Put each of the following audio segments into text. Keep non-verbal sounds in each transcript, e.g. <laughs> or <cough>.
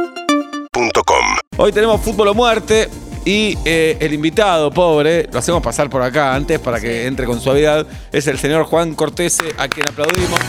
UrbanaPlayFM.com Hoy tenemos fútbol o muerte y eh, el invitado, pobre, lo hacemos pasar por acá antes para que entre con suavidad, es el señor Juan Cortese, a quien aplaudimos.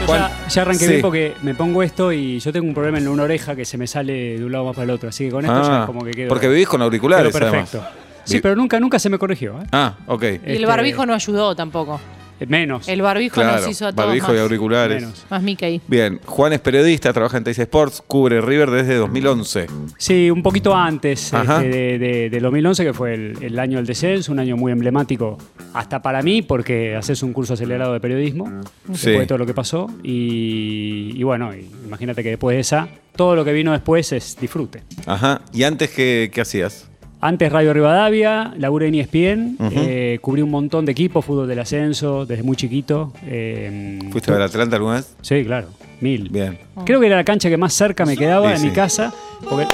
Yo Juan. ya, ya arranqué Sí. bien porque me pongo esto y yo tengo un problema en una oreja que se me sale de un lado más para el otro. Así que con esto ya Ah, es como que quedo. eh. porque vivís con quedo auriculares, perfecto. además. Sí, Vi- pero nunca, nunca se me corrigió. ¿eh? Ah, ok. Y el Este, barbijo no ayudó tampoco. Menos. El barbijo Claro, nos hizo a todos barbijo más, y auriculares. Menos. más Mickey. Bien, Juan es periodista, trabaja en Teis Sports, cubre River desde 2011. Sí, un poquito antes Ajá. este, de, de- del 2011, que fue el, el año del descenso, un año muy emblemático hasta para mí, porque haces un curso acelerado de periodismo, Sí. después de todo lo que pasó. Y, y bueno, y imagínate que después de esa, todo lo que vino después es disfrute. Ajá. ¿Y antes qué, qué hacías? Antes Radio Rivadavia, laburé en E ESPN, eh, cubrí un montón de equipos, fútbol del ascenso, desde muy chiquito. eh, ¿Fuiste a ver Atlanta alguna vez? Sí, claro, mil. Bien. Creo que era la cancha que más cerca me quedaba Sí, de sí. mi casa. Porque,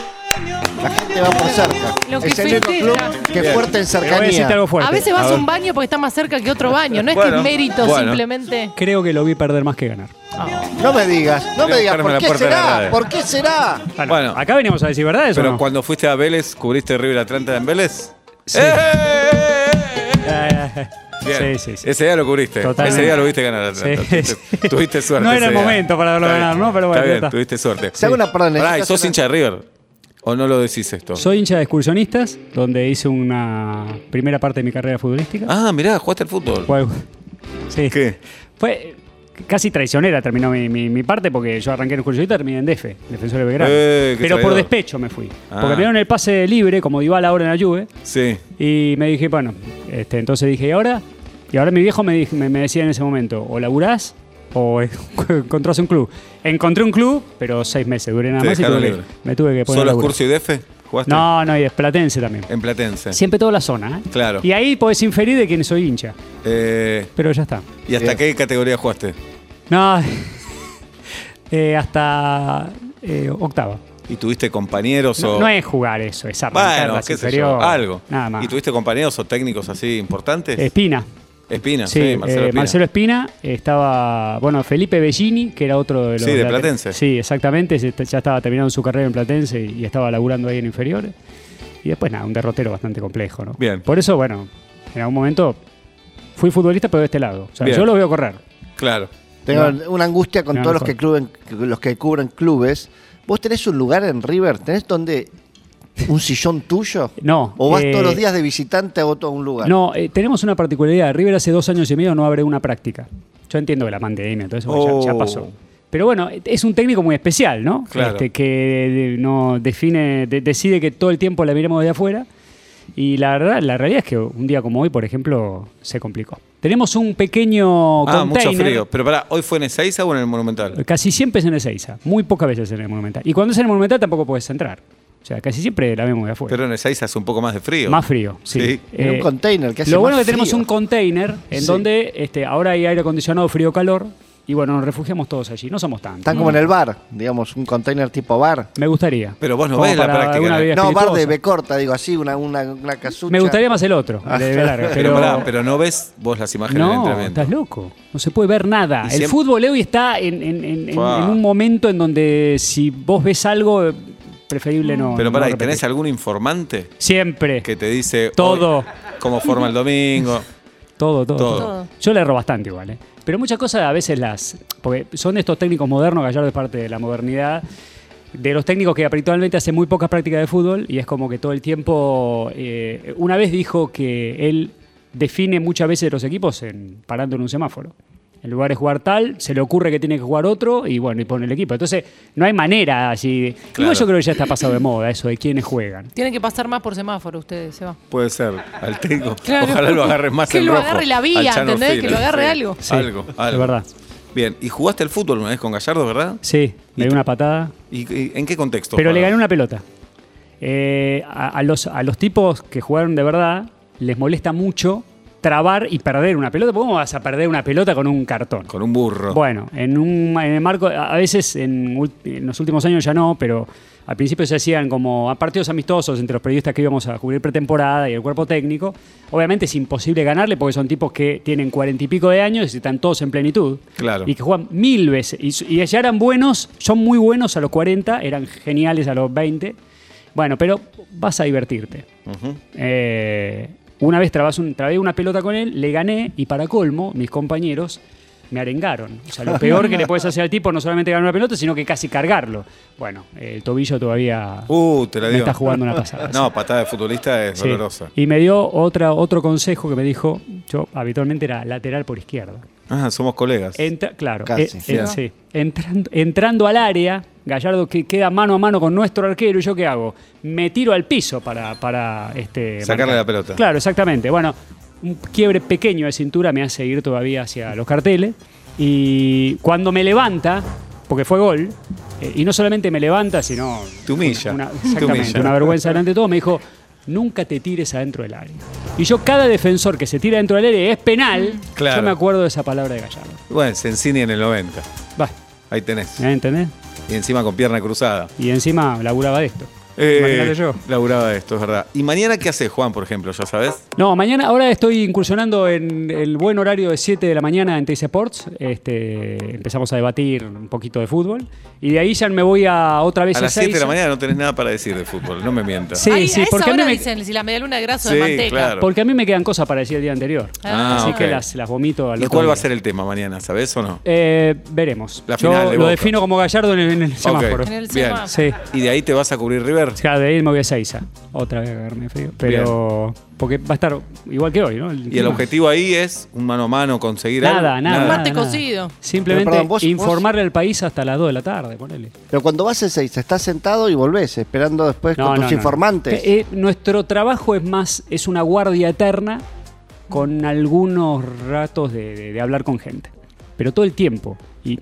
La gente va por cerca. Lo que es el único club festeja. que Bien. fuerte en Te voy a decirte cercanía. algo fuerte. A veces vas A a, ver. un baño porque está más cerca que otro baño. No es que Bueno, es mérito, bueno. simplemente. Creo que lo vi perder más que ganar. No me digas, no Voy a me digas, buscarme ¿por la qué puerta de la radio. será? ¿Por qué será? Bueno, Bueno. acá venimos a decir verdades Pero o no? cuando fuiste a Vélez, ¿cubriste River Atlanta en Vélez? Sí. ¡Eh, eh, eh, eh, eh! Eh, Bien. Sí, sí, sí. Ese día lo cubriste. Totalmente. Ese día lo viste ganar a Atlanta. Sí. Tuviste, tuviste suerte. <laughs> No era el ese día. momento para verlo Está bien. ganar, ¿no? Pero bueno, Está ya bien, está. tuviste suerte. Te hago una perdón, Pará, ¿y necesitas ¿sos una- hincha de River? ¿O no lo decís esto? Soy hincha de excursionistas, donde hice una primera parte de mi carrera futbolística. Ah, mirá, jugaste al fútbol. Juego. Sí. ¿Qué? Fue casi traicionera terminó mi, mi- mi parte porque yo arranqué en Curiosidad y terminé en DF, defensor de Belgrano. Eh, qué Pero por traidor. despecho me fui. Ah. Porque me dieron el pase libre, como Dybala ahora en la Juve, Sí. y me dije, bueno, este, entonces dije, ¿y ahora? Y ahora mi viejo me, dij- me- me decía en ese momento, o laburás o <laughs> encontrás un club. Encontré un club, pero seis meses, duré nada Te más y dejaron tuve que, libre. me tuve que poner a ¿Solo laburar. curso y DF? ¿Jugaste? No, no, y es Platense también. En Platense. Siempre toda la zona, ¿eh? Claro. Y ahí podés inferir de quién soy hincha, Eh, pero ya está. ¿Y hasta Bien. qué categoría jugaste? No. <laughs> Eh, hasta eh, octava. ¿Y tuviste compañeros No, o.? no es jugar eso, es arrancar Bueno, las qué sé yo, inferiores, algo. Nada más. ¿Y tuviste compañeros o técnicos así importantes? Espina. Espina, Sí, Ah, sí, eh, Marcelo Espina. Estaba, bueno, Felipe Bellini, que era otro de los. Sí, de la- Platense. Sí, exactamente. se- Ya estaba terminando su carrera en Platense y y estaba laburando ahí en inferiores. Y después, nada, un derrotero bastante complejo, ¿no? Bien. Por eso, bueno, en algún momento fui futbolista, pero de este lado. O sea, Bien. yo lo veo correr. Claro. Tengo No. una angustia con No, todos los mejor. que, cluben- los que cubren clubes. ¿Vos tenés un lugar en River? ¿Tenés donde un sillón tuyo? <laughs> No, ¿O vas eh, todos los días de visitante a otro a un lugar? No, eh, tenemos una particularidad. River hace dos años y medio no abre una práctica. Yo entiendo que la pandemia, todo eso bueno, ya, ya Oh. pasó. Pero bueno, es un técnico muy especial, ¿no? Claro. Este, que de- no define, de- decide que todo el tiempo la miremos de afuera. Y la verdad, la realidad es que un día como hoy, por ejemplo, se complicó. Tenemos un pequeño Ah, container. mucho frío. Pero pará, ¿hoy fue en Ezeiza o en el Monumental? Casi siempre es en Ezeiza, muy pocas veces en el Monumental. Y cuando es en el Monumental tampoco puedes entrar. O sea, casi siempre la vemos de afuera. Pero en Ezeiza hace un poco más de frío. Más frío, sí. Eh, Sí. En un container, que hace Lo más bueno es que tenemos frío. un container en Sí. donde este, ahora hay aire acondicionado, frío, calor. Y bueno, nos refugiamos todos allí. No somos tantos. Están como en el bar, digamos, un container tipo bar. Me gustaría. Pero vos no Como ves la para práctica, alguna ¿no? bebida No, bar de espirituosa. B corta, digo así, una, una, una casucha. Me gustaría más el otro, el <laughs> de larga, Pero, pero, pará, pero no ves vos las imágenes del no, entrenamiento. estás loco. No se puede ver nada. Y El siempre- fútbol hoy está en, en- en- en- Fua. en un momento en donde si vos ves algo, eh, Mm. preferible no. Pero no pará, ¿y repetir. ¿tenés algún informante Siempre. que te dice. Todo. hoy, cómo forma el domingo? Todo, todo, Todo. todo, Todo. Yo le erro bastante igual, ¿eh? Pero muchas cosas a veces las. Porque son de estos técnicos modernos, Gallardo es parte de la modernidad. De los técnicos que habitualmente hacen muy pocas prácticas de fútbol y es como que todo el tiempo. eh, una vez dijo que él define muchas veces los equipos en, parando en un semáforo. En lugar de jugar tal, se le ocurre que tiene que jugar otro y bueno, y pone el equipo. Entonces, no hay manera así. de- Claro. Igual yo creo que ya está pasado de moda eso de quiénes juegan. Tienen que pasar más por semáforo ustedes, se va. <laughs> Puede ser, al técnico. Claro. Ojalá lo agarres más Que en lo rojo, agarre la vía, al Chano ¿entendés? Que Fila. lo agarre algo. Sí, Algo, es algo. verdad. Bien, y jugaste al fútbol una vez con Gallardo, ¿verdad? Sí, le dio una patada. ¿Y, y en qué contexto? Pero le Para- gané una pelota. Eh, a, a los, a los tipos que jugaron de verdad les molesta mucho trabar y perder una pelota. ¿Cómo vas a perder una pelota con un cartón? Con un burro. Bueno, en, un, en el marco, a a veces en, ul- en los últimos años ya no, pero al principio se hacían como a partidos amistosos entre los periodistas que íbamos a cubrir pretemporada y el cuerpo técnico. Obviamente es imposible ganarle porque son tipos que tienen cuarenta y pico de años y están todos en plenitud. Claro. Y que juegan mil veces. Y, s- y ya eran buenos, son muy buenos a los 40, eran geniales a los 20. Bueno, pero vas a divertirte. Eh, una vez trabas un- trabé una pelota con él, le gané y para colmo, mis compañeros me arengaron. O sea, <laughs> lo peor que le puedes hacer al tipo no solamente ganar una pelota, sino que casi cargarlo. Bueno, el tobillo todavía Uh, te la me dio. está jugando una pasada. No, patada de futbolista es Sí. dolorosa. Y me dio otra, otro consejo que me dijo, yo habitualmente era lateral por izquierda. Ah, somos colegas. Entra- claro, Casi. eh, Sí. eh, sí. entrando, entrando al área, Gallardo que queda mano a mano con nuestro arquero, ¿y yo qué hago? Me tiro al piso para, para este, Sacarle la pelota. Claro, exactamente. Bueno, un quiebre pequeño de cintura me hace ir todavía hacia los carteles. Y cuando me levanta, porque fue gol, eh, y no solamente me levanta, sino. Te humilla. una- una- Te exactamente, humilla. una vergüenza delante de todo, me dijo. Nunca te tires adentro del área. Y yo, cada defensor que se tira dentro del área es penal. Claro. Yo me acuerdo de esa palabra de Gallardo. Bueno, Sensini en el 90. Va, Ahí tenés. ¿me entendés? Y encima con pierna cruzada. Y encima laburaba de esto. Eh, Imagínate yo. Laburaba esto, es verdad. ¿Y mañana qué haces, Juan, por ejemplo? ¿Ya sabes? No, mañana, ahora estoy incursionando en el buen horario de 7 de la mañana en TC Sports. Este, empezamos a debatir un poquito de fútbol. Y de ahí ya me voy a otra vez A las 7 seis. de la mañana no tenés nada para decir de fútbol, no me mientas. Sí, Ahí, sí, a esa porque a mí hora me- dicen si la medialuna de graso Sí, de manteca. claro. Porque a mí me quedan cosas para decir el día anterior. Ah, Así ok. que las, las vomito al ¿Y otro cuál va a día. ser el tema mañana? ¿Sabés o no? Eh, veremos. La Yo final de lo Boca. defino como Gallardo en el, en el semáforo. En el Bien. semáforo. Sí. ¿Y de ahí te vas a cubrir River? O sea, de ahí me voy a Seiza. Otra vez a cagarme de frío. Pero. Porque va a estar igual que hoy, ¿no? Y el clima. objetivo ahí es un mano a mano, conseguir Nada, algo. nada. Un mate nada. cocido. Simplemente Pero, perdón, vos- informarle al país hasta las 2 de la tarde, ponele. Pero cuando vas en seis, estás sentado y volvés, esperando después con tus informantes. Eh, eh, nuestro trabajo es más, es una guardia eterna con algunos ratos de, de- de hablar con gente. Pero todo el tiempo. Y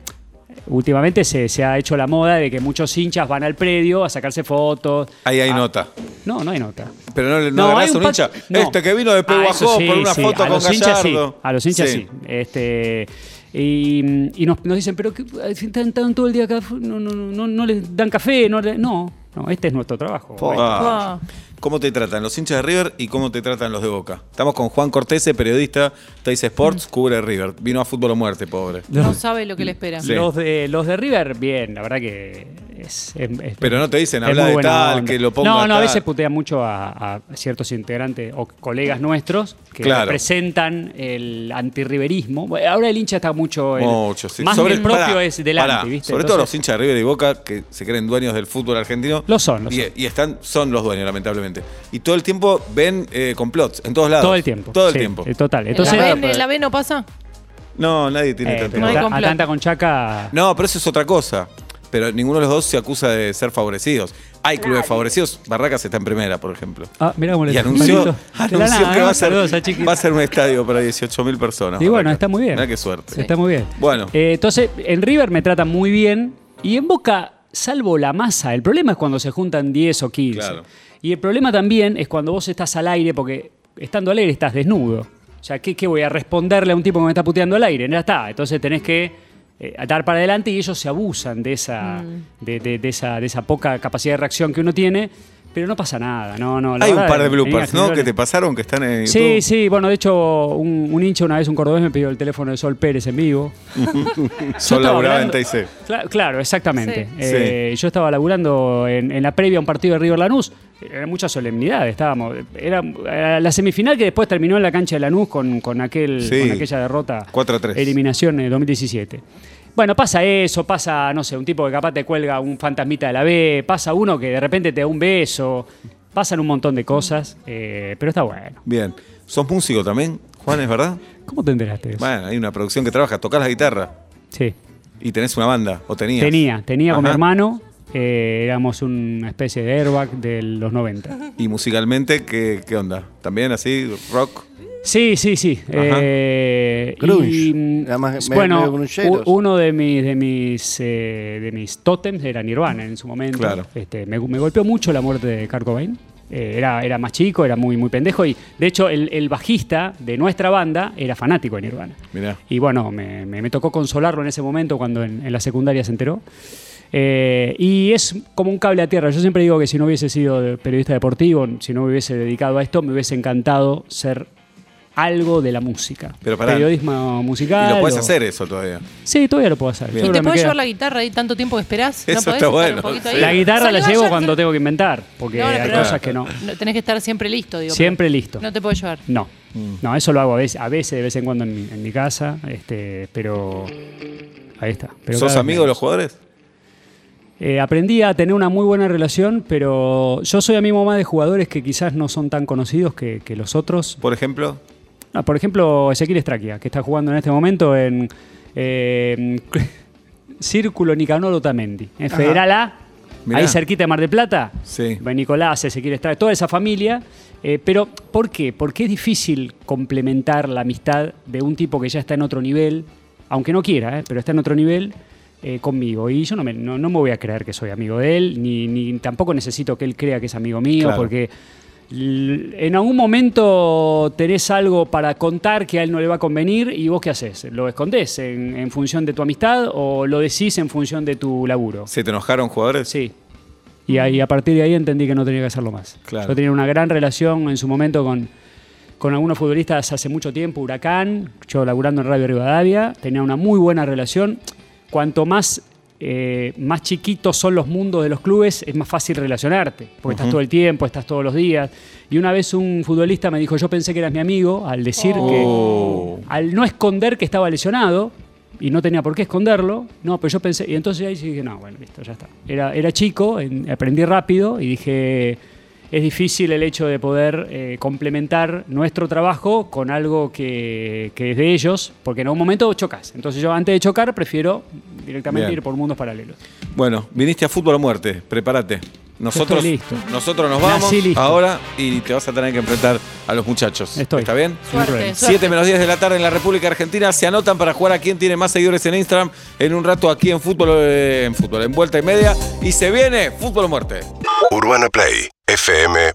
últimamente se, se ha hecho la moda de que muchos hinchas van al predio a sacarse fotos. Ahí hay nota. No, no hay nota. Pero no, no, hay agarrás a un pat- hincha. Ah. no. Este que vino de Ah, Pehuajó eso sí, por una sí. foto a con los hinchas sí, Gallardo. A los hinchas sí. Este, y y nos, nos dicen, pero qué- eh, están, están todo el día acá, no, no, no, no, no les dan café, no, le- no, no, este es nuestro trabajo. Ah. Ah. ¿Cómo te tratan los hinchas de River y cómo te tratan los de Boca? Estamos con Juan Cortese, periodista, Tays Mm. Sports, cubre River. Vino a fútbol o muerte, pobre. No sabe lo que le espera. Sí. Los, de, los de River, bien, la verdad que es... es- es- Pero no te dicen, es habla muy de buena tal, onda. que lo ponga No, no, a tal. veces putean mucho a, a ciertos integrantes o colegas nuestros que Claro. representan el antirriverismo. Bueno, Ahora el hincha está mucho... el- Mucho, sí. Más Sobre- del propio pará, es del anti, pará. ¿viste? Sobre todo Entonces- los hinchas de River y Boca que se creen dueños del fútbol argentino. Lo son, lo y, son. y están, son los dueños, lamentablemente. Y todo el tiempo ven eh, complots en todos lados. Todo el tiempo. Todo el Sí, tiempo. eh, Total. ¿En la Entonces, B- Claro, en pero- la B no pasa? No, nadie tiene eh, tanto. pero No hay ta- complot. Atlanta con Chaca. No, pero eso es otra cosa. Pero ninguno de los dos se acusa de ser favorecidos. Hay clubes favorecidos. Barracas está en primera, por ejemplo. Ah, mirá cómo le Y <laughs> anunció, anunció que va a, ser, va a ser un estadio para 18.000 personas. Y bueno, Barracas. está muy bien. Mirá qué suerte. Está muy bien. Bueno. Eh, entonces, en River me tratan muy bien y en Boca, salvo la masa, el problema es cuando se juntan 10 o 15. Claro. Y el problema también es cuando vos estás al aire, porque estando al aire estás desnudo. O sea, ¿qué, qué voy a responderle a un tipo que me está puteando al aire? Ya está. Entonces tenés que eh, dar para adelante y ellos se abusan de esa, de, de- de esa, de esa poca capacidad de reacción que uno tiene. Pero no pasa nada, no, no. la Hay un verdad, par de en líneas bloopers, ¿no? generales- Que te pasaron, que están en Sí, YouTube. sí, bueno, de hecho, un, un hincha una vez, un cordobés, me pidió el teléfono de Sol Pérez en vivo. Yo Sol estaba laburaba hablando- en TIC. Cla- claro, exactamente. Sí. Eh, Yo estaba laburando en, en la previa a un partido de River Lanús. Era mucha solemnidad, estábamos. Era eh, la semifinal que después terminó en la cancha de Lanús con, con, aquel, Sí. con aquella derrota. 4-3. Eliminación eh, en 2017. Bueno, pasa eso, pasa, no sé, un tipo que capaz te cuelga un fantasmita de la B, pasa uno que de repente te da un beso, pasan un montón de cosas, eh, pero está bueno. Bien. ¿Sos músico también, Juan, es verdad? ¿Cómo te enteraste de eso? Bueno, hay una producción que trabaja, tocas la guitarra Sí. y tenés una banda, o tenías. Tenía, tenía con mi Ajá. hermano. eh, éramos una especie de airbag de los 90. ¿Y musicalmente qué, qué onda? ¿También así, rock? Sí, sí, sí. Eh, Grunge. y, mm, Era más- medio- bueno, medio grungeros. u- uno de mis, de mis, eh, de mis tótems era Nirvana en su momento. Claro. Este, me, me golpeó mucho la muerte de Kurt Cobain. eh, era, era más chico, era muy, muy pendejo. Y de hecho, el, el bajista de nuestra banda era fanático de Nirvana. Mirá. Y bueno, me, me- me tocó consolarlo en ese momento cuando en, en la secundaria se enteró. Eh, y es como un cable a tierra. Yo siempre digo que si no hubiese sido de- periodista deportivo, si no me hubiese dedicado a esto, me hubiese encantado ser algo de la música. Pero pará. Periodismo musical. Y lo puedes o- hacer eso todavía. Sí, todavía lo puedo hacer. Yo Bien. creo ¿Y que me te puedes queda- llevar la guitarra ahí tanto tiempo que esperás? Eso ¿No podés está estar bueno. un poquito ahí? Sí. La guitarra la Salió llevo ayer, cuando tengo que inventar, porque No, no, hay pero- cosas que no. no, Tenés que estar siempre listo, digo. Siempre pero listo. No te puedes llevar. No, Mm. no, eso lo hago a veces, a veces de vez en cuando en mi, en mi casa, este, pero ahí está. Pero ¿Sos cada- amigo de los jugadores? Eh, aprendí a tener una muy buena relación, pero yo soy amigo más de jugadores que quizás no son tan conocidos que, que los otros. Por ejemplo. Ah, por ejemplo, Ezequiel Estraquia, que está jugando en este momento en eh, <laughs> Círculo Nicanor Otamendi, en Federal A, Mirá. ahí cerquita de Mar del Plata. Sí. Va Nicolás, Ezequiel Estraquia, toda esa familia. Eh, pero, ¿por qué? Porque es difícil complementar la amistad de un tipo que ya está en otro nivel, aunque no quiera, ¿eh? pero está en otro nivel. eh, conmigo y yo no me, no, no me voy a creer que soy amigo de él ni, ni tampoco necesito que él crea que es amigo mío Claro. porque L- En algún momento tenés algo para contar que a él no le va a convenir y vos qué haces? ¿Lo escondés en, en función de tu amistad o lo decís en función de tu laburo? ¿Se te enojaron jugadores? Sí. Y, ahí- a partir de ahí entendí que no tenía que hacerlo más. Claro. Yo tenía una gran relación en su momento con, con algunos futbolistas hace mucho tiempo, Huracán, yo laburando en Radio Rivadavia, tenía una muy buena relación. Cuanto más, eh, más chiquitos son los mundos de los clubes, es más fácil relacionarte, porque estás todo el tiempo, estás todos los días. Y una vez un futbolista me dijo, yo pensé que eras mi amigo, al decir Oh. que, al no esconder que estaba lesionado, y no tenía por qué esconderlo, no, pero yo pensé, y entonces ahí sí dije, no, bueno, listo, ya está. Era, era chico, en- aprendí rápido y dije, es difícil el hecho de poder eh, complementar nuestro trabajo con algo que, que es de ellos, porque en algún momento chocas. Entonces yo antes de chocar prefiero directamente Bien. ir por mundos paralelos. Bueno, viniste a fútbol a muerte, prepárate. Nosotros, Yo estoy listo. nosotros nos vamos Nací listo. ahora y te vas a tener que enfrentar a los muchachos. Estoy. ¿Está bien? Suerte, Siempre. suerte. 7 menos 10 de la tarde en la República Argentina. Se anotan para jugar a quien tiene más seguidores en Instagram en un rato aquí en fútbol, eh, en fútbol, en vuelta y media. Y se viene fútbol a muerte. Urbana Play fm.com